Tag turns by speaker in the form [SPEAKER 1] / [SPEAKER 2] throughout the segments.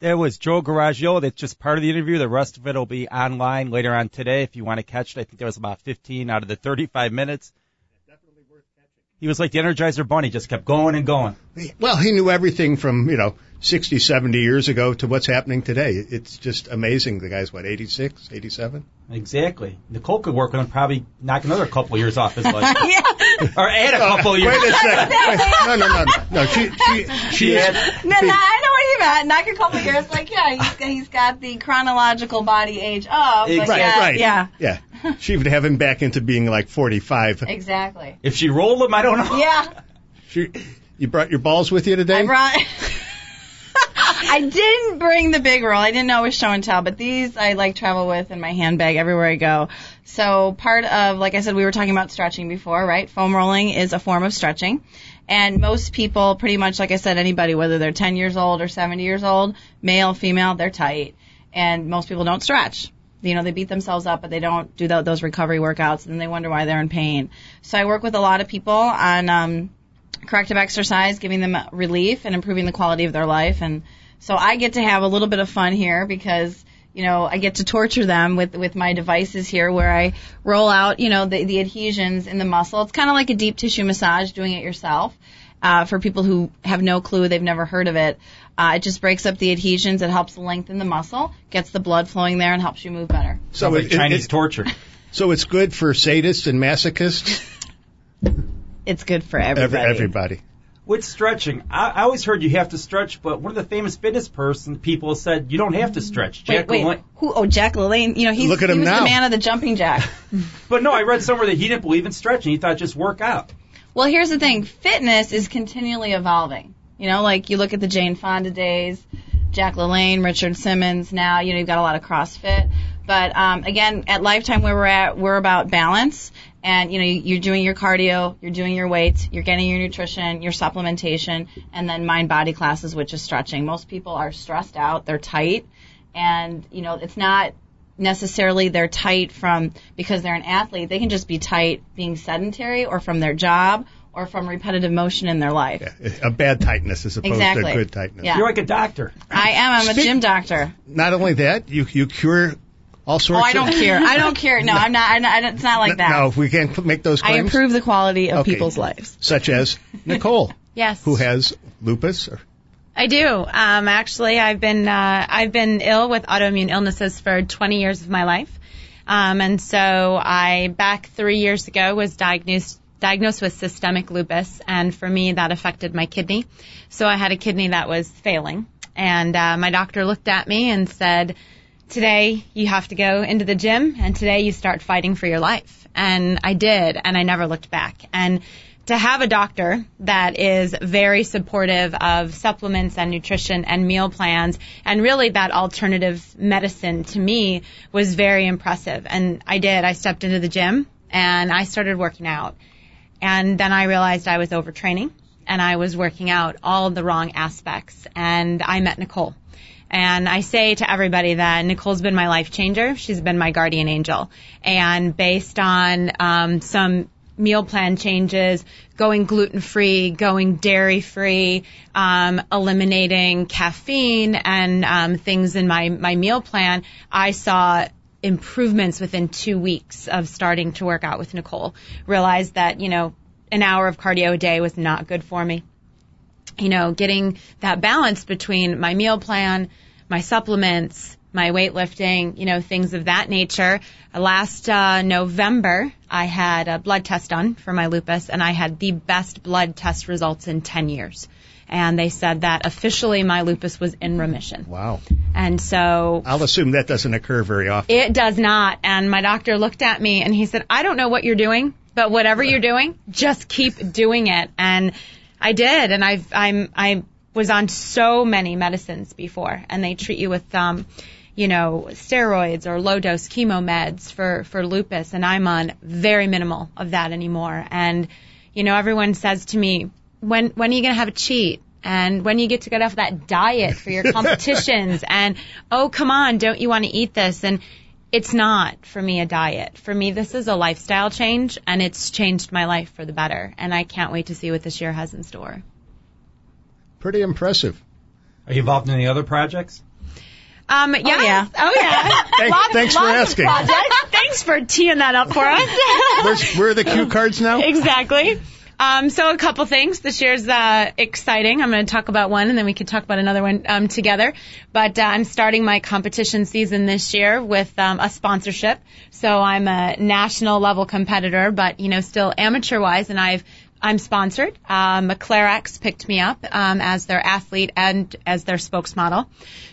[SPEAKER 1] There was Joe Garaggio. That's just part of the interview. The rest of it will be online later on today if you want to catch it. I think there was about 15 out of the 35 minutes. He was like the Energizer Bunny, just kept going and going.
[SPEAKER 2] Well, he knew everything from, you know, 60, 70 years ago to what's happening today. It's just amazing. The guy's, what, 86, 87?
[SPEAKER 1] Exactly. Nicole could work with him, probably knock another couple years off his life.
[SPEAKER 3] Yeah.
[SPEAKER 1] Or add a couple
[SPEAKER 2] Wait
[SPEAKER 1] years.
[SPEAKER 2] a second. Wait, no, no, no, no. no she, she, she
[SPEAKER 1] Yeah.
[SPEAKER 2] is,
[SPEAKER 3] No, no, I know what you meant. Knock a couple years. Like, yeah, he's, he's got the chronological body age of. But
[SPEAKER 1] Right,
[SPEAKER 3] yeah,
[SPEAKER 2] right.
[SPEAKER 3] yeah,
[SPEAKER 2] Yeah. She would have him back into being like 45.
[SPEAKER 3] exactly.
[SPEAKER 1] If she rolled him, I don't know.
[SPEAKER 3] Yeah,
[SPEAKER 2] She, you brought your balls with you today?
[SPEAKER 3] I brought. I didn't bring the big roll. I didn't know it was show and tell, but these I like travel with in my handbag everywhere I go. So part of, like I said, we were talking about stretching before, right? Foam rolling is a form of stretching. And most people, pretty much, like I said, anybody, whether they're 10 years old or 70 years old, male, female, they're tight. And most people don't stretch. you know, they beat themselves up, but they don't do tho- those recovery workouts, and then they wonder why they're in pain. So I work with a lot of people on um, corrective exercise, giving them relief and improving the quality of their life. And so I get to have a little bit of fun here because. You know, I get to torture them with with my devices here, where I roll out, you know, the, the adhesions in the muscle. It's kind of like a deep tissue massage, doing it yourself uh, for people who have no clue, they've never heard of it. Uh, it just breaks up the adhesions. It helps lengthen the muscle, gets the blood flowing there, and helps you move better.
[SPEAKER 2] So,
[SPEAKER 1] Like
[SPEAKER 2] it- it-
[SPEAKER 1] Chinese
[SPEAKER 2] it-
[SPEAKER 1] torture.
[SPEAKER 2] so it's good for sadists and masochists?
[SPEAKER 3] It's good for
[SPEAKER 2] Every,
[SPEAKER 3] everybody.
[SPEAKER 2] everybody.
[SPEAKER 1] With stretching, I, I always heard you have to stretch, but one of the famous fitness person people said you don't have to stretch.
[SPEAKER 3] Wait, wait.
[SPEAKER 1] Lalane-
[SPEAKER 3] Who? Oh, Jack LaLanne. You know, he's
[SPEAKER 2] Look at
[SPEAKER 3] he
[SPEAKER 2] him
[SPEAKER 3] was
[SPEAKER 2] now.
[SPEAKER 3] the man of the jumping jack.
[SPEAKER 1] But no, I read somewhere that he didn't believe in stretching. He thought just work out.
[SPEAKER 3] well, here's the thing: fitness is continually evolving. You know, like you look at the Jane Fonda days, Jack LaLanne, Richard Simmons. Now, you know, you've got a lot of CrossFit. But um, again, at Lifetime, where we're at, we're about balance. And you know, you- you're doing your cardio, you're doing your weights, you're getting your nutrition, your supplementation, and then mind-body classes, which is stretching. Most people are stressed out, they're tight, and you know, it's not necessarily they're tight from because they're an athlete. They can just be tight being sedentary, or from their job, or from repetitive motion in their life.
[SPEAKER 2] A bad tightness as opposed
[SPEAKER 3] Exactly.
[SPEAKER 2] to good tightness.
[SPEAKER 3] Yeah.
[SPEAKER 1] You're like a doctor.
[SPEAKER 3] I am. I'm a
[SPEAKER 2] Speak-
[SPEAKER 3] gym doctor.
[SPEAKER 2] Not only that, you, you cure all sorts
[SPEAKER 3] Oh,
[SPEAKER 2] of
[SPEAKER 3] I don't care. I don't care. No, I'm not. I'm not- I don't- it's not like that.
[SPEAKER 2] No, we can't make those
[SPEAKER 3] I
[SPEAKER 2] claims.
[SPEAKER 3] improve the quality of
[SPEAKER 2] Okay.
[SPEAKER 3] people's lives.
[SPEAKER 2] Such as Nicole,
[SPEAKER 4] Yes.
[SPEAKER 2] who has lupus. Or,
[SPEAKER 4] I do. Um, actually, I've been uh, I've been ill with autoimmune illnesses for 20 years of my life, um, and so I back three years ago was diagnosed diagnosed with systemic lupus, and for me that affected my kidney. So I had a kidney that was failing, and uh, my doctor looked at me and said, "Today you have to go into the gym, and today you start fighting for your life." And I did, and I never looked back. And to have a doctor that is very supportive of supplements and nutrition and meal plans and really that alternative medicine to me was very impressive and I did I stepped into the gym and I started working out and then I realized I was overtraining and I was working out all the wrong aspects and I met Nicole and I say to everybody that Nicole's been my life changer. She's been my guardian angel. And based on um, some meal plan changes, going gluten free, going dairy free, um, eliminating caffeine and um, things in my, my meal plan, I saw improvements within two weeks of starting to work out with Nicole. Realized that, you know, an hour of cardio a day was not good for me you know, getting that balance between my meal plan, my supplements, my weightlifting, you know, things of that nature. Last uh, November, I had a blood test done for my lupus, and I had the best blood test results in 10 years. And they said that officially my lupus was in remission.
[SPEAKER 2] wow.
[SPEAKER 4] And so
[SPEAKER 2] I'll assume that doesn't occur very often.
[SPEAKER 4] it does not. And my doctor looked at me and he said, I don't know what you're doing, but whatever you're doing, just keep doing it. And I did. And I've, I'm, I was on so many medicines before and they treat you with, um, you know, steroids or low dose chemo meds for, for lupus. And I'm on very minimal of that anymore. And, you know, everyone says to me, when, when are you going to have a cheat? and when you get to get off that diet for your competitions and oh come on don't you want to eat this and it's not for me a diet for me this is a lifestyle change and it's changed my life for the better and i can't wait to see what this year has in store
[SPEAKER 2] Pretty impressive.
[SPEAKER 1] Are you involved in any other projects?
[SPEAKER 4] Um, yeah.
[SPEAKER 3] yeah.
[SPEAKER 4] Oh, yeah.
[SPEAKER 2] Thank- thanks for asking.
[SPEAKER 4] Thanks for teeing that up for us.
[SPEAKER 2] Where's, where are the cue cards now?
[SPEAKER 4] exactly. Um, so a couple things. This year's uh, exciting. I'm going to talk about one, and then we could talk about another one um, together. But uh, I'm starting my competition season this year with um, a sponsorship. So I'm a national level competitor, but you know still amateur wise, and I've I'm sponsored. Um, McClarex picked me up um, as their athlete and as their spokesmodel.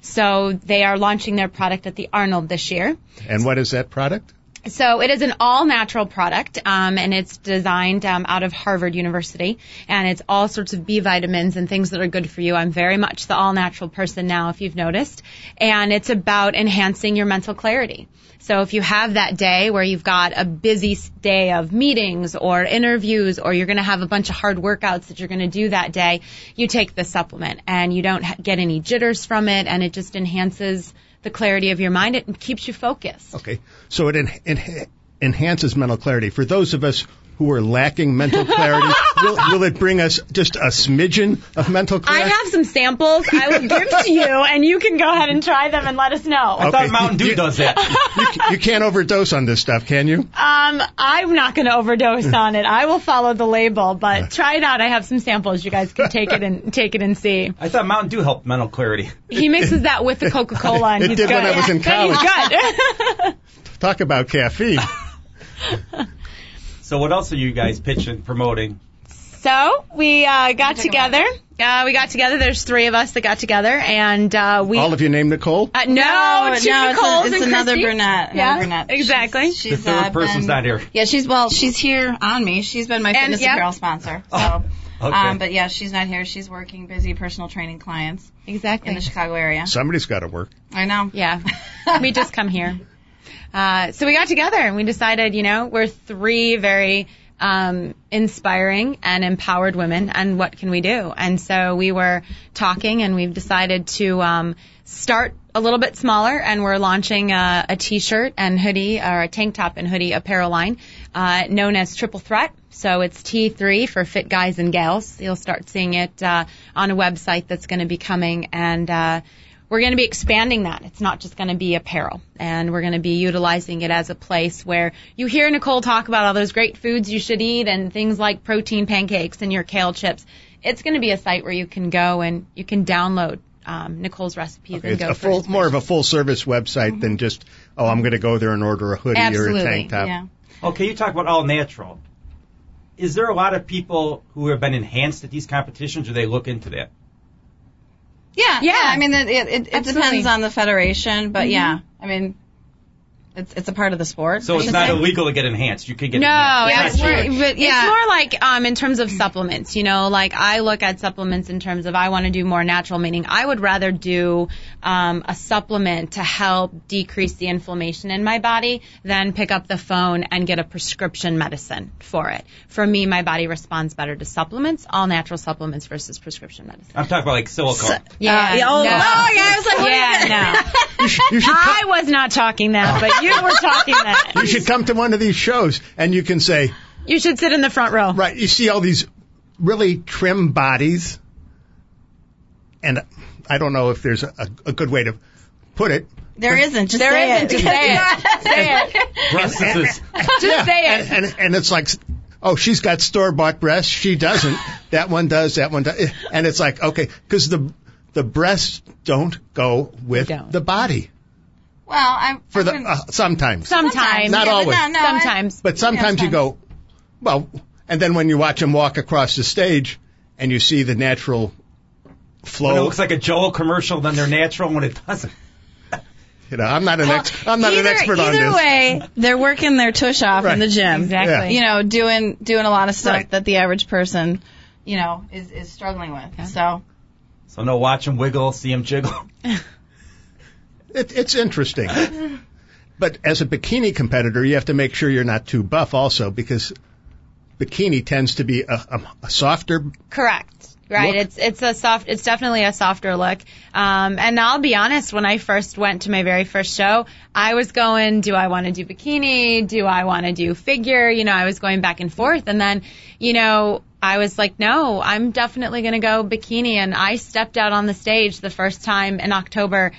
[SPEAKER 4] So they are launching their product at the Arnold this year.
[SPEAKER 2] And what is that product?
[SPEAKER 4] So it is an all-natural product, um, and it's designed um, out of Harvard University, and it's all sorts of B vitamins and things that are good for you. I'm very much the all-natural person now, if you've noticed, and it's about enhancing your mental clarity. So if you have that day where you've got a busy s- day of meetings or interviews, or you're going to have a bunch of hard workouts that you're going to do that day, you take this supplement, and you don't ha- get any jitters from it, and it just enhances the clarity of your mind. It keeps you focused.
[SPEAKER 2] Okay. So it en- en- enhances mental clarity. For those of us who are lacking mental clarity, will, will it bring us just a smidgen of mental
[SPEAKER 4] I
[SPEAKER 2] clarity?
[SPEAKER 4] have some samples I will give to you, and you can go ahead and try them and let us know.
[SPEAKER 1] I thought Mountain Dew does that.
[SPEAKER 2] You can't overdose on this stuff, can you?
[SPEAKER 4] Um, I'm not going to overdose on it. I will follow the label, but try it out. I have some samples. You guys can take it and take it and see.
[SPEAKER 1] I thought Mountain Dew helped mental clarity.
[SPEAKER 4] He mixes that with the Coca-Cola, and
[SPEAKER 2] It
[SPEAKER 4] he's
[SPEAKER 2] did
[SPEAKER 4] good.
[SPEAKER 2] when I was in
[SPEAKER 4] And he's good.
[SPEAKER 2] Talk about caffeine.
[SPEAKER 1] So what else are you guys pitching, promoting?
[SPEAKER 4] so we uh, got
[SPEAKER 3] Check 'em out.
[SPEAKER 4] together. Uh, we got together. There's three of us that got together, and uh, we.
[SPEAKER 2] All of you named Nicole?
[SPEAKER 4] uh, no,
[SPEAKER 3] it's,
[SPEAKER 4] two
[SPEAKER 3] a-
[SPEAKER 4] Nicoles
[SPEAKER 3] it's
[SPEAKER 4] and
[SPEAKER 3] another
[SPEAKER 4] Christy.
[SPEAKER 3] brunette. another
[SPEAKER 4] Yeah,
[SPEAKER 3] brunette.
[SPEAKER 4] exactly.
[SPEAKER 3] She's, she's,
[SPEAKER 1] The third
[SPEAKER 3] uh,
[SPEAKER 1] person's
[SPEAKER 3] been-
[SPEAKER 1] not here.
[SPEAKER 3] Yeah, she's well, she's here on me. She's been my fitness
[SPEAKER 4] yeah.
[SPEAKER 3] apparel sponsor. So,
[SPEAKER 1] Oh, okay.
[SPEAKER 3] um, but yeah, she's not here. She's working, busy personal training clients in
[SPEAKER 4] Exactly.
[SPEAKER 3] the Chicago area.
[SPEAKER 2] Somebody's got to work.
[SPEAKER 3] I know.
[SPEAKER 4] Yeah. we just come here. Uh, so we got together and we decided, you know, we're three very um, inspiring and empowered women, and what can we do? And so we were talking, and we've decided to um, start a little bit smaller, and we're launching a, a t-shirt and hoodie, or a tank top and hoodie apparel line, uh, known as Triple Threat. So it's T3 for fit guys and gals. You'll start seeing it uh, on a website that's going to be coming, and uh, we're going to be expanding that. It's not just going to be apparel, and we're going to be utilizing it as a place where you hear Nicole talk about all those great foods you should eat and things like protein pancakes and your kale chips. It's going to be a site where you can go and you can download um, Nicole's recipes and
[SPEAKER 2] It's
[SPEAKER 4] go
[SPEAKER 2] a
[SPEAKER 4] for
[SPEAKER 2] full,
[SPEAKER 4] inspiration.
[SPEAKER 2] more of a full service website than just, oh, I'm going to go there and order a hoodie or
[SPEAKER 4] Absolutely,
[SPEAKER 2] a tank top.
[SPEAKER 3] Yeah.
[SPEAKER 1] Okay, Oh, you talk about all natural. Is there a lot of people who have been enhanced at these competitions, or they look into that?
[SPEAKER 3] Yeah. Mm-hmm.
[SPEAKER 4] Yeah.
[SPEAKER 3] I mean, it, it, it, it
[SPEAKER 4] Absolutely.
[SPEAKER 3] depends on the federation, but yeah, I mean, it's it's a part of the sport.
[SPEAKER 1] So
[SPEAKER 3] I
[SPEAKER 1] it's
[SPEAKER 3] should
[SPEAKER 1] not
[SPEAKER 3] say.
[SPEAKER 1] illegal to get enhanced. You could get
[SPEAKER 4] No,
[SPEAKER 1] enhanced.
[SPEAKER 4] it's
[SPEAKER 1] Not
[SPEAKER 4] more,
[SPEAKER 1] sure.
[SPEAKER 3] but yeah.
[SPEAKER 4] it's more like um, in terms of supplements. You know, like I look at supplements in terms of I want to do more natural, meaning I would rather do um, a supplement to help decrease the inflammation in my body than pick up the phone and get a prescription medicine for it. For me, my body responds better to supplements, all natural supplements versus prescription medicine. Uh,
[SPEAKER 1] I'm talking about like silicone.
[SPEAKER 4] Yeah.
[SPEAKER 3] yeah, oh, oh,
[SPEAKER 4] no.
[SPEAKER 3] yeah, I was like, what is it?
[SPEAKER 4] yeah, no.
[SPEAKER 2] You should
[SPEAKER 4] I was not talking that, but you were talking that.
[SPEAKER 2] You should come to one of these shows and you can say,
[SPEAKER 4] You should sit in the front row.
[SPEAKER 2] right, you see all these really trim bodies. And I don't know if there's a, a good way to put it.
[SPEAKER 3] There isn't. Just
[SPEAKER 4] There
[SPEAKER 3] say
[SPEAKER 4] isn't.
[SPEAKER 3] it.
[SPEAKER 4] Just say it. say it.
[SPEAKER 1] Breast is-
[SPEAKER 4] Just say it.
[SPEAKER 2] And, and, and it's like, oh, she's got store bought breasts. She doesn't. that one does. That one does. And it's like, okay, because the, the breasts don't go with
[SPEAKER 4] They don't.
[SPEAKER 2] the body
[SPEAKER 3] Well, I
[SPEAKER 2] for
[SPEAKER 3] I
[SPEAKER 2] the,
[SPEAKER 3] wouldn't-
[SPEAKER 2] uh, sometimes.
[SPEAKER 4] Sometimes.
[SPEAKER 2] Not
[SPEAKER 3] yeah, but
[SPEAKER 2] always.
[SPEAKER 3] No, no, I-
[SPEAKER 4] Sometimes.
[SPEAKER 2] But sometimes you
[SPEAKER 3] Yeah,
[SPEAKER 2] go, well, and then when you watch him walk across the stage and you see the natural flow,
[SPEAKER 1] When it looks like a Joel commercial, then they're natural. When it doesn't,
[SPEAKER 2] you know, I'm not an ex, I'm not an
[SPEAKER 3] Oh, either,
[SPEAKER 2] expert on
[SPEAKER 3] either
[SPEAKER 2] this.
[SPEAKER 3] way, they're working their tush off
[SPEAKER 2] Right.
[SPEAKER 3] in the gym.
[SPEAKER 4] Exactly.
[SPEAKER 3] You know, doing doing a lot of stuff
[SPEAKER 2] Right.
[SPEAKER 3] that the average person, you know, is is struggling with. So
[SPEAKER 1] so no, watch them wiggle, see them jiggle.
[SPEAKER 2] It, it's interesting. but as a bikini competitor, you have to make sure you're not too buff also because bikini tends to be a, a, a softer.
[SPEAKER 4] Correct. Right.
[SPEAKER 2] Look.
[SPEAKER 4] It's it's a soft. It's definitely a softer look. Um, and I'll be honest. When I first went to my very first show, I was going, do I want to do bikini? Do I want to do figure? You know, I was going back and forth. And then, you know, I was like, no, I'm definitely going to go bikini. And I stepped out on the stage the first time in October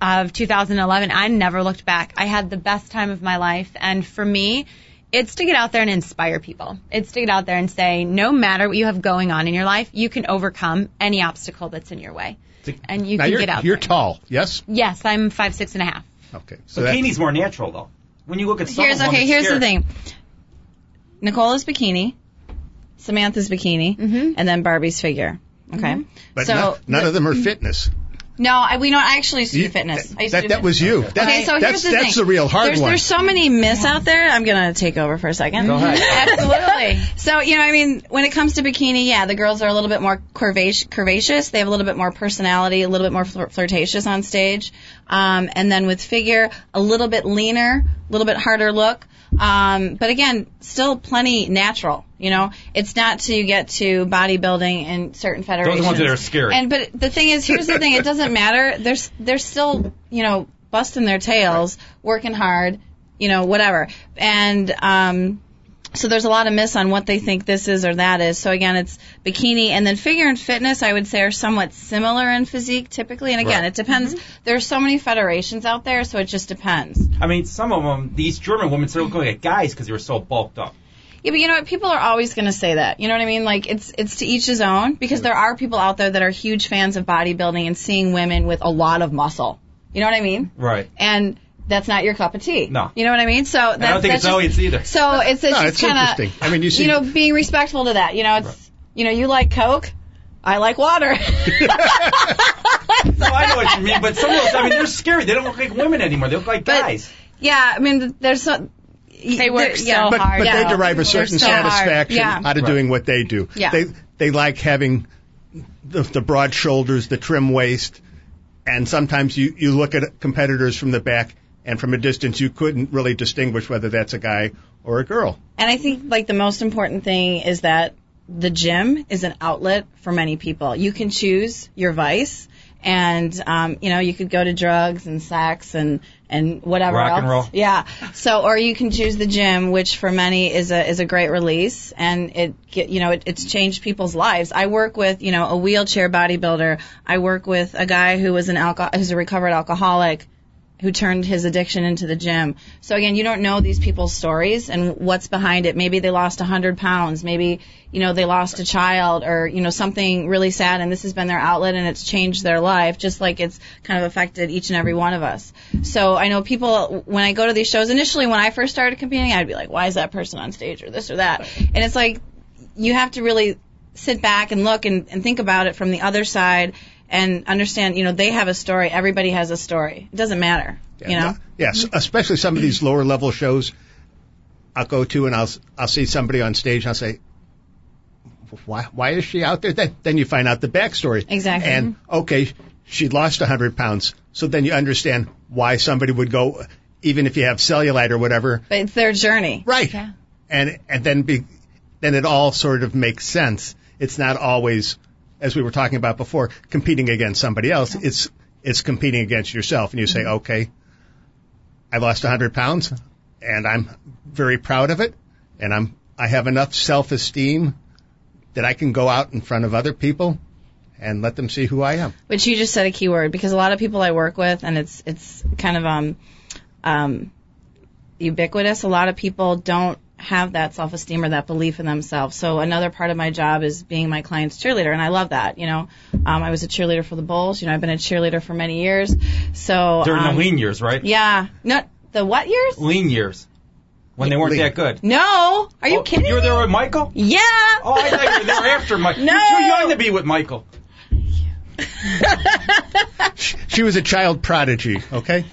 [SPEAKER 4] of 2011, I never looked back. I had the best time of my life. And for me, it's to get out there and inspire people. It's to get out there and say, no matter what you have going on in your life, you can overcome any obstacle that's in your way. And you
[SPEAKER 2] Now
[SPEAKER 4] can
[SPEAKER 2] you're
[SPEAKER 4] get out
[SPEAKER 2] you're
[SPEAKER 4] there.
[SPEAKER 2] tall. Yes.
[SPEAKER 4] Yes, I'm five, six and a half.
[SPEAKER 2] Okay. So that-
[SPEAKER 1] Bikini's more natural though. When you look at some
[SPEAKER 3] Here's
[SPEAKER 1] of them,
[SPEAKER 3] okay.
[SPEAKER 1] it's
[SPEAKER 3] Here's the
[SPEAKER 1] scary.
[SPEAKER 3] thing. Nicola's bikini, Samantha's bikini,
[SPEAKER 4] Mm-hmm.
[SPEAKER 3] and then Barbie's figure. Okay.
[SPEAKER 2] but
[SPEAKER 3] so
[SPEAKER 2] no- none of them are fitness.
[SPEAKER 3] no, I, we know. I actually used to do fitness. I
[SPEAKER 2] That,
[SPEAKER 3] used to
[SPEAKER 2] that,
[SPEAKER 3] do
[SPEAKER 2] that
[SPEAKER 3] fitness.
[SPEAKER 2] was you. That's,
[SPEAKER 3] Okay, so here's
[SPEAKER 2] that's,
[SPEAKER 3] the
[SPEAKER 2] that's the
[SPEAKER 3] thing.
[SPEAKER 2] real hard
[SPEAKER 3] there's,
[SPEAKER 2] one.
[SPEAKER 3] There's so many myths out there. I'm gonna take over for a second.
[SPEAKER 1] Go ahead.
[SPEAKER 3] Absolutely. so you know, I mean, when it comes to bikini, yeah, the girls are a little bit more curvace- curvaceous. They have a little bit more personality, a little bit more flir- flirtatious on stage. Um, and then with figure, a little bit leaner, a little bit harder look. Um, but again, still plenty natural. You know, it's not till you get to bodybuilding and certain
[SPEAKER 1] Those are
[SPEAKER 3] federations.
[SPEAKER 1] the ones that are scary.
[SPEAKER 3] And but the thing is, here's the thing: it doesn't matter. They're s- they're still you know busting their tails, working hard, you know whatever. And um, so there's a lot of myths on what they think this is or that is. So again, it's bikini and then figure and fitness. I would say are somewhat similar in physique typically. And again,
[SPEAKER 1] Right.
[SPEAKER 3] it depends. There's so many federations out there, so it just depends.
[SPEAKER 1] I mean, some of them, these German women started looking like guys because they were so bulked up.
[SPEAKER 3] Yeah, but you know what? People are always going to say that. You know what I mean? Like it's it's to each his own because there are people out there that are huge fans of bodybuilding and seeing women with a lot of muscle. You know what I mean?
[SPEAKER 1] Right.
[SPEAKER 3] And that's not your cup of tea.
[SPEAKER 1] No.
[SPEAKER 3] You know what I mean? So that's,
[SPEAKER 1] I don't think
[SPEAKER 3] that's
[SPEAKER 1] it's
[SPEAKER 3] just,
[SPEAKER 1] always either.
[SPEAKER 3] So it's, it's
[SPEAKER 2] No,
[SPEAKER 3] just
[SPEAKER 2] it's
[SPEAKER 3] kind
[SPEAKER 2] interesting.
[SPEAKER 3] of
[SPEAKER 2] I mean, you see-
[SPEAKER 3] know being respectful to that. You know, it's you know you like Coke, I like water.
[SPEAKER 1] No, I know what you mean, but some of those, I mean, they're scary. They don't look like women anymore. They look like
[SPEAKER 3] But-
[SPEAKER 1] guys.
[SPEAKER 3] yeah, I mean there's so
[SPEAKER 4] They work so
[SPEAKER 2] but,
[SPEAKER 4] hard.
[SPEAKER 2] but
[SPEAKER 3] Yeah.
[SPEAKER 2] they derive a certain
[SPEAKER 4] so hard.
[SPEAKER 2] satisfaction
[SPEAKER 3] Yeah.
[SPEAKER 2] out of
[SPEAKER 1] Right.
[SPEAKER 2] doing what they do.
[SPEAKER 3] Yeah.
[SPEAKER 2] They they like having the, the broad shoulders, the trim waist, and sometimes you you look at competitors from the back and from a distance you couldn't really distinguish whether that's a guy or a girl.
[SPEAKER 3] And I think
[SPEAKER 1] Mm-hmm.
[SPEAKER 3] like the most important thing is that the gym is an outlet for many people. You can choose your vice. And um, you know you could go to drugs and sex and and whatever
[SPEAKER 1] Rock
[SPEAKER 3] else.
[SPEAKER 1] and roll.
[SPEAKER 3] Yeah. So or you can choose the gym, which for many is a is a great release, and it get, you know it, it's changed people's lives. I work with you know a wheelchair bodybuilder. I work with a guy who was an alcohol who's a recovered alcoholic who turned his addiction into the gym. So again, you don't know these people's stories and what's behind it. Maybe they lost 100 pounds. Maybe, you know, they lost a child or, you know, something really sad and this has been their outlet and it's changed their life just like it's kind of affected each and every one of us. So I know people, when I go to these shows, initially when I first started competing, I'd be like, why is that person on stage or this or that? And it's like, you have to really sit back and look and, and think about it from the other side and understand, you know, they have a story. Everybody has a story. It doesn't matter, you know?
[SPEAKER 2] Yes, especially some of these lower level shows I'll go to and I'll s- I'll see somebody on stage and I'll say why why is she out there? Then then you find out the backstory.
[SPEAKER 3] Exactly.
[SPEAKER 2] And okay, she lost 100 pounds. So then you understand why somebody would go even if you have cellulite or whatever.
[SPEAKER 3] But it's their journey.
[SPEAKER 2] Right.
[SPEAKER 4] Yeah.
[SPEAKER 2] And and then be then it all sort of makes sense. It's not always as we were talking about before competing against somebody else. It's it's competing against yourself and you say, "Okay, I lost 100 pounds and I'm very proud of it and I'm I have enough self-esteem that I can go out in front of other people and let them see who I am."
[SPEAKER 3] Which you just said a key word because a lot of people I work with and it's, it's kind of, um, um, ubiquitous. A lot of people don't have that self esteem or that belief in themselves. So another part of my job is being my client's cheerleader, and I love that. You know, um, I was a cheerleader for the Bulls. You know, I've been a cheerleader for many years. So
[SPEAKER 1] During
[SPEAKER 3] um,
[SPEAKER 1] the lean years, right?
[SPEAKER 3] Yeah. No, the what years?
[SPEAKER 1] Lean years. When they weren't
[SPEAKER 2] Lean.
[SPEAKER 1] that good.
[SPEAKER 3] No. Are you
[SPEAKER 1] Oh,
[SPEAKER 3] kidding?
[SPEAKER 1] You were there with Michael?
[SPEAKER 3] Yeah.
[SPEAKER 1] Oh, I thought you were there after Michael.
[SPEAKER 3] No.
[SPEAKER 1] You're too young to be with Michael.
[SPEAKER 2] She was a child prodigy, okay?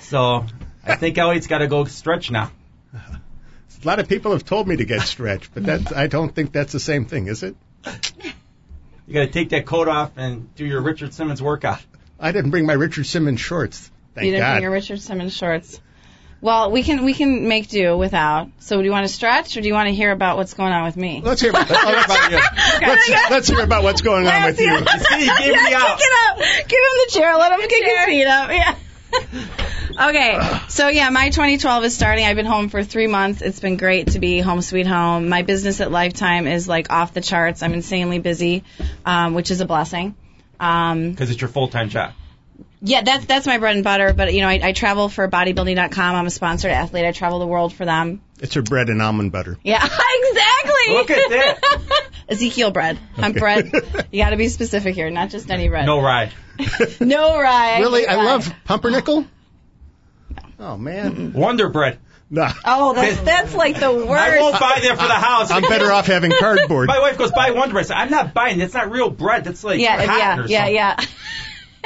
[SPEAKER 1] So I think Elliot's got to go stretch now.
[SPEAKER 2] A lot of people have told me to get stretched, but that's I don't think that's the same thing, is it?
[SPEAKER 1] You got to take that coat off and do your Richard Simmons workout.
[SPEAKER 2] I didn't bring my Richard Simmons shorts. Thank
[SPEAKER 3] you didn't
[SPEAKER 2] God.
[SPEAKER 3] bring your Richard Simmons shorts. Well, we can we can make do without. So do you want to stretch or do you want to hear about what's going on with me?
[SPEAKER 2] let's hear about, oh,
[SPEAKER 1] What
[SPEAKER 2] let's,
[SPEAKER 1] about you?
[SPEAKER 2] let's, let's hear about what's going on with you.
[SPEAKER 1] You see, he gave me out.
[SPEAKER 3] Get up. Give him the chair. Let him kick his feet up. Yeah. okay. So yeah, my 2012 is starting. I've been home for three months. It's been great to be home sweet home. My business at Lifetime is like off the charts. I'm insanely busy, um, which is a blessing. Um,
[SPEAKER 1] Because it's your full time job.
[SPEAKER 3] Yeah, that's that's my bread and butter. But you know, I, I travel for bodybuilding.com. I'm a sponsored athlete. I travel the world for them.
[SPEAKER 2] It's her bread and almond butter.
[SPEAKER 3] Yeah, exactly.
[SPEAKER 1] Look at that.
[SPEAKER 3] Ezekiel bread. I'm bread. You got to be specific here, not just any bread.
[SPEAKER 1] No rye.
[SPEAKER 3] no rye.
[SPEAKER 2] Really,
[SPEAKER 3] hate
[SPEAKER 2] I
[SPEAKER 3] rye.
[SPEAKER 2] love pumpernickel. Oh man,
[SPEAKER 1] Wonder bread.
[SPEAKER 2] nah,
[SPEAKER 3] Oh, that's that's like the
[SPEAKER 1] I won't
[SPEAKER 3] worst.
[SPEAKER 1] buy that for the house.
[SPEAKER 2] I'm better off having cardboard.
[SPEAKER 1] My wife goes buy Wonder bread. I said, I'm not buying. That's not real bread. That's like
[SPEAKER 3] Yeah,
[SPEAKER 1] cotton
[SPEAKER 3] yeah,
[SPEAKER 1] or
[SPEAKER 3] yeah,
[SPEAKER 1] something.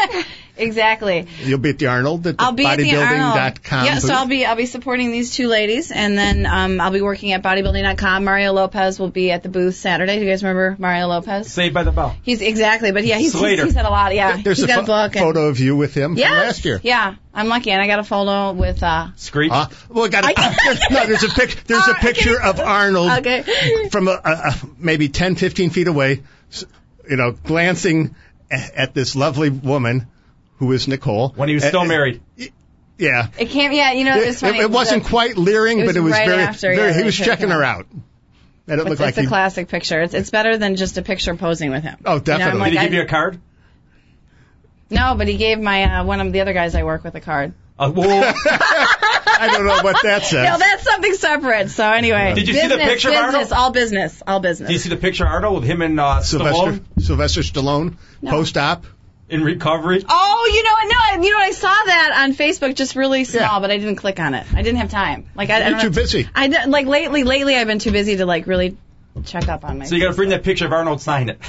[SPEAKER 3] yeah. exactly.
[SPEAKER 2] You'll be at the Arnold at the
[SPEAKER 3] I'll be at the Arnold.
[SPEAKER 2] bodybuilding.com.
[SPEAKER 3] Yeah, so
[SPEAKER 2] booth.
[SPEAKER 3] I'll be I'll be supporting these two ladies, and then um, I'll be working at bodybuilding.com. Mario Lopez will be at the booth Saturday. Do you guys remember Mario Lopez?
[SPEAKER 1] Saved by the bell.
[SPEAKER 3] He's exactly, but yeah, he's he's,
[SPEAKER 1] Slater.
[SPEAKER 3] he's had a lot. Yeah,
[SPEAKER 2] There's
[SPEAKER 3] he's
[SPEAKER 2] a
[SPEAKER 3] got
[SPEAKER 2] pho-
[SPEAKER 3] his book. and-
[SPEAKER 2] photo of you with him
[SPEAKER 3] yeah,
[SPEAKER 2] from last year.
[SPEAKER 3] Yeah, I'm lucky, and I got a photo with uh.
[SPEAKER 1] Screech.
[SPEAKER 2] Uh, well, got
[SPEAKER 3] I-
[SPEAKER 2] no. There's a pic. There's a
[SPEAKER 3] Alright, okay.
[SPEAKER 2] picture of Arnold
[SPEAKER 3] Okay.
[SPEAKER 2] from a, a, a maybe 10, 15 feet away, s- you know, glancing a- at this lovely woman who is Nicole.
[SPEAKER 1] when he was still
[SPEAKER 2] A- a-
[SPEAKER 1] married.
[SPEAKER 2] Yeah.
[SPEAKER 3] It can't. Yeah, you know it was
[SPEAKER 2] It,
[SPEAKER 3] funny.
[SPEAKER 2] it wasn't quite leering,
[SPEAKER 3] it was
[SPEAKER 2] but it was
[SPEAKER 3] right
[SPEAKER 2] very,
[SPEAKER 3] after,
[SPEAKER 2] very
[SPEAKER 3] yeah,
[SPEAKER 2] he
[SPEAKER 3] they
[SPEAKER 2] was
[SPEAKER 3] took
[SPEAKER 2] checking
[SPEAKER 3] him.
[SPEAKER 2] her out. And it
[SPEAKER 3] It's,
[SPEAKER 2] looked like
[SPEAKER 3] it's a
[SPEAKER 2] he,
[SPEAKER 3] classic picture. It's it's better than just a picture posing with him.
[SPEAKER 2] Oh,
[SPEAKER 3] You know, I'm
[SPEAKER 2] definitely.
[SPEAKER 1] Did
[SPEAKER 3] like,
[SPEAKER 1] he
[SPEAKER 3] I-
[SPEAKER 1] give you a card?
[SPEAKER 3] No, but he gave my uh, one of the other guys I work with a card.
[SPEAKER 1] Uh, whoa.
[SPEAKER 2] I don't know what that says.
[SPEAKER 3] No, that's something separate. So anyway,
[SPEAKER 1] Did you see the
[SPEAKER 3] business,
[SPEAKER 1] picture of
[SPEAKER 3] business,
[SPEAKER 1] Arnold?
[SPEAKER 3] all business, all business.
[SPEAKER 1] Did you see the picture, Arnold, with him and uh,
[SPEAKER 2] Sylvester,
[SPEAKER 1] Stallone
[SPEAKER 2] Sylvester Stallone, post-op.
[SPEAKER 1] in recovery?
[SPEAKER 3] Oh, you know what? No, I- you know what? I saw that on Facebook, just really small,
[SPEAKER 2] Yeah.
[SPEAKER 3] but I didn't click on it. I didn't have time. Like I, I
[SPEAKER 2] You're
[SPEAKER 3] don't
[SPEAKER 2] too
[SPEAKER 3] have-
[SPEAKER 2] busy.
[SPEAKER 3] I don't- like lately. Lately, I've been too busy to like really check up on my.
[SPEAKER 1] So you got to bring that picture of Arnold, sign it.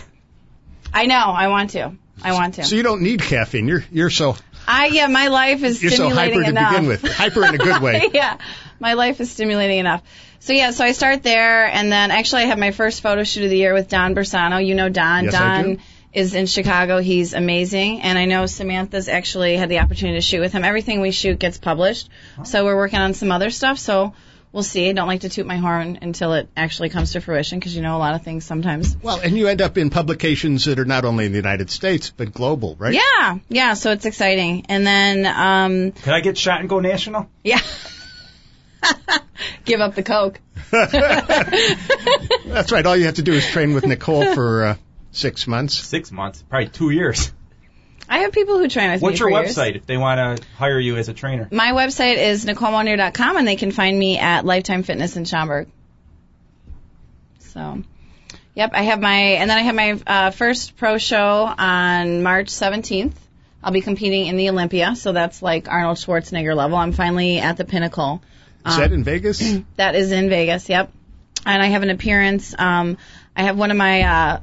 [SPEAKER 3] I know. I want to. I want to.
[SPEAKER 2] So you don't need caffeine. You're you're so
[SPEAKER 3] I yeah. My life is
[SPEAKER 2] you're so
[SPEAKER 3] stimulating
[SPEAKER 2] hyper to
[SPEAKER 3] enough.
[SPEAKER 2] begin with. Hyper in a good way.
[SPEAKER 3] yeah. My life is stimulating enough. So yeah, so I start there and then actually I have my first photo shoot of the year with Don Bersano. You know Don.
[SPEAKER 2] Yes, I
[SPEAKER 3] Don
[SPEAKER 2] do.
[SPEAKER 3] is in Chicago. He's amazing. And I know Samantha's actually had the opportunity to shoot with him. Everything we shoot gets published. So we're working on some other stuff. So we'll see. I don't like to toot my horn until it actually comes to fruition because you know a lot of things sometimes
[SPEAKER 2] Well, and you end up in publications that are not only in the United States but global, right?
[SPEAKER 3] Yeah, yeah. So it's exciting, and then um,
[SPEAKER 1] Can I get shot and go national?
[SPEAKER 3] yeah, give up the coke.
[SPEAKER 2] That's right. All you have to do is train with Nicole for uh, six months.
[SPEAKER 1] Six months, probably two years.
[SPEAKER 3] I have people who train with me.
[SPEAKER 1] What's your
[SPEAKER 3] for years.
[SPEAKER 1] website if they want to hire you as a trainer?
[SPEAKER 3] My website is nicolemonier.com, and they can find me at Lifetime Fitness in Schaumburg. So, yep, I have my, and then I have my uh, first pro show on March 17th. I'll be competing in the Olympia, so that's like Arnold Schwarzenegger level. I'm finally at the pinnacle.
[SPEAKER 2] Is
[SPEAKER 3] Um,
[SPEAKER 2] that in Vegas?
[SPEAKER 3] That is in Vegas. Yep. And I have an appearance. Um, I have one of my uh,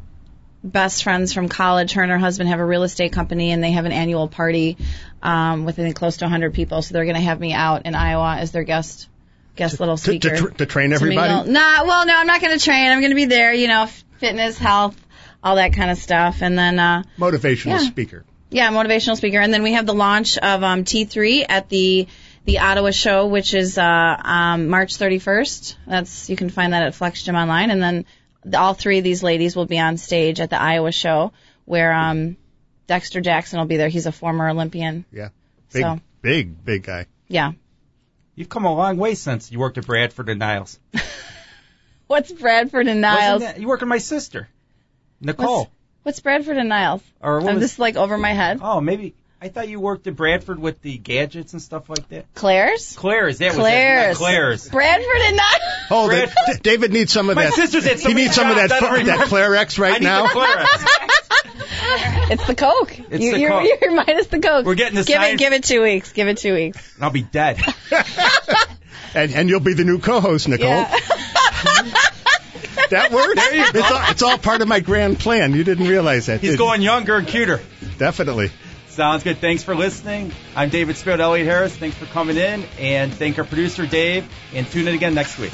[SPEAKER 3] best friends from college. Her and her husband have a real estate company, and they have an annual party um, with I think close to 100 people. So they're going to have me out in Iowa as their guest guest little
[SPEAKER 2] to,
[SPEAKER 3] speaker.
[SPEAKER 2] to, tr- to train
[SPEAKER 3] to
[SPEAKER 2] everybody?
[SPEAKER 3] mingle. Nah, well, mm, no, I'm not going to train. I'm going to be there. You know, f- fitness, health, all that kind of stuff, and then. Uh,
[SPEAKER 2] Motivational
[SPEAKER 3] Yeah.
[SPEAKER 2] speaker.
[SPEAKER 3] yeah, motivational speaker. And then we have the launch of um, T3 at the the Ottawa show, which is uh, um, March 31st. That's you can find that at Flex Gym online. And then the, all three of these ladies will be on stage at the Iowa show, where um, Dexter Jackson will be there. He's a former Olympian.
[SPEAKER 2] Yeah. Big,
[SPEAKER 3] So.
[SPEAKER 2] big, big guy.
[SPEAKER 3] Yeah.
[SPEAKER 1] You've come a long way since you worked at Bradford and Niles.
[SPEAKER 3] What's Bradford and Niles?
[SPEAKER 1] Wasn't that- you work with my sister, Nicole.
[SPEAKER 3] What's- What's Bradford and Niles?
[SPEAKER 1] Or what
[SPEAKER 3] I'm
[SPEAKER 1] was-
[SPEAKER 3] just like over my head.
[SPEAKER 1] Oh, maybe. I thought you worked at Bradford with the gadgets and stuff like that.
[SPEAKER 3] Claire's.
[SPEAKER 1] Claire's, that
[SPEAKER 3] Claire's.
[SPEAKER 1] was it. Yeah, Claire's.
[SPEAKER 3] Bradford and Niles.
[SPEAKER 2] Oh, the,
[SPEAKER 1] Brad-
[SPEAKER 2] D- David needs some of
[SPEAKER 1] My
[SPEAKER 2] that.
[SPEAKER 1] sister's at so
[SPEAKER 2] he
[SPEAKER 1] many
[SPEAKER 2] needs some of
[SPEAKER 1] jobs,
[SPEAKER 2] that
[SPEAKER 1] I don't
[SPEAKER 2] fu- that
[SPEAKER 1] remember.
[SPEAKER 2] Clarex
[SPEAKER 1] I
[SPEAKER 2] right
[SPEAKER 1] need
[SPEAKER 2] now.
[SPEAKER 1] the Claire's.
[SPEAKER 3] It's the Coke.
[SPEAKER 1] It's
[SPEAKER 3] you,
[SPEAKER 1] the
[SPEAKER 3] you're,
[SPEAKER 1] Coke.
[SPEAKER 3] You're minus the Coke.
[SPEAKER 1] We're getting the
[SPEAKER 3] Give it.
[SPEAKER 1] science-
[SPEAKER 3] Give it two weeks. Give it two weeks.
[SPEAKER 1] and I'll be dead.
[SPEAKER 2] and, and you'll be the new co-host, Nicole.
[SPEAKER 3] Yeah.
[SPEAKER 2] That word? It's all, it's all part of my grand plan. You didn't realize that. did
[SPEAKER 1] He's
[SPEAKER 2] you?
[SPEAKER 1] going younger and cuter.
[SPEAKER 2] Definitely.
[SPEAKER 1] Sounds good. Thanks for listening. I'm David Spirit, Elliot Harris. Thanks for coming in, and thank our producer Dave. And tune in again next week.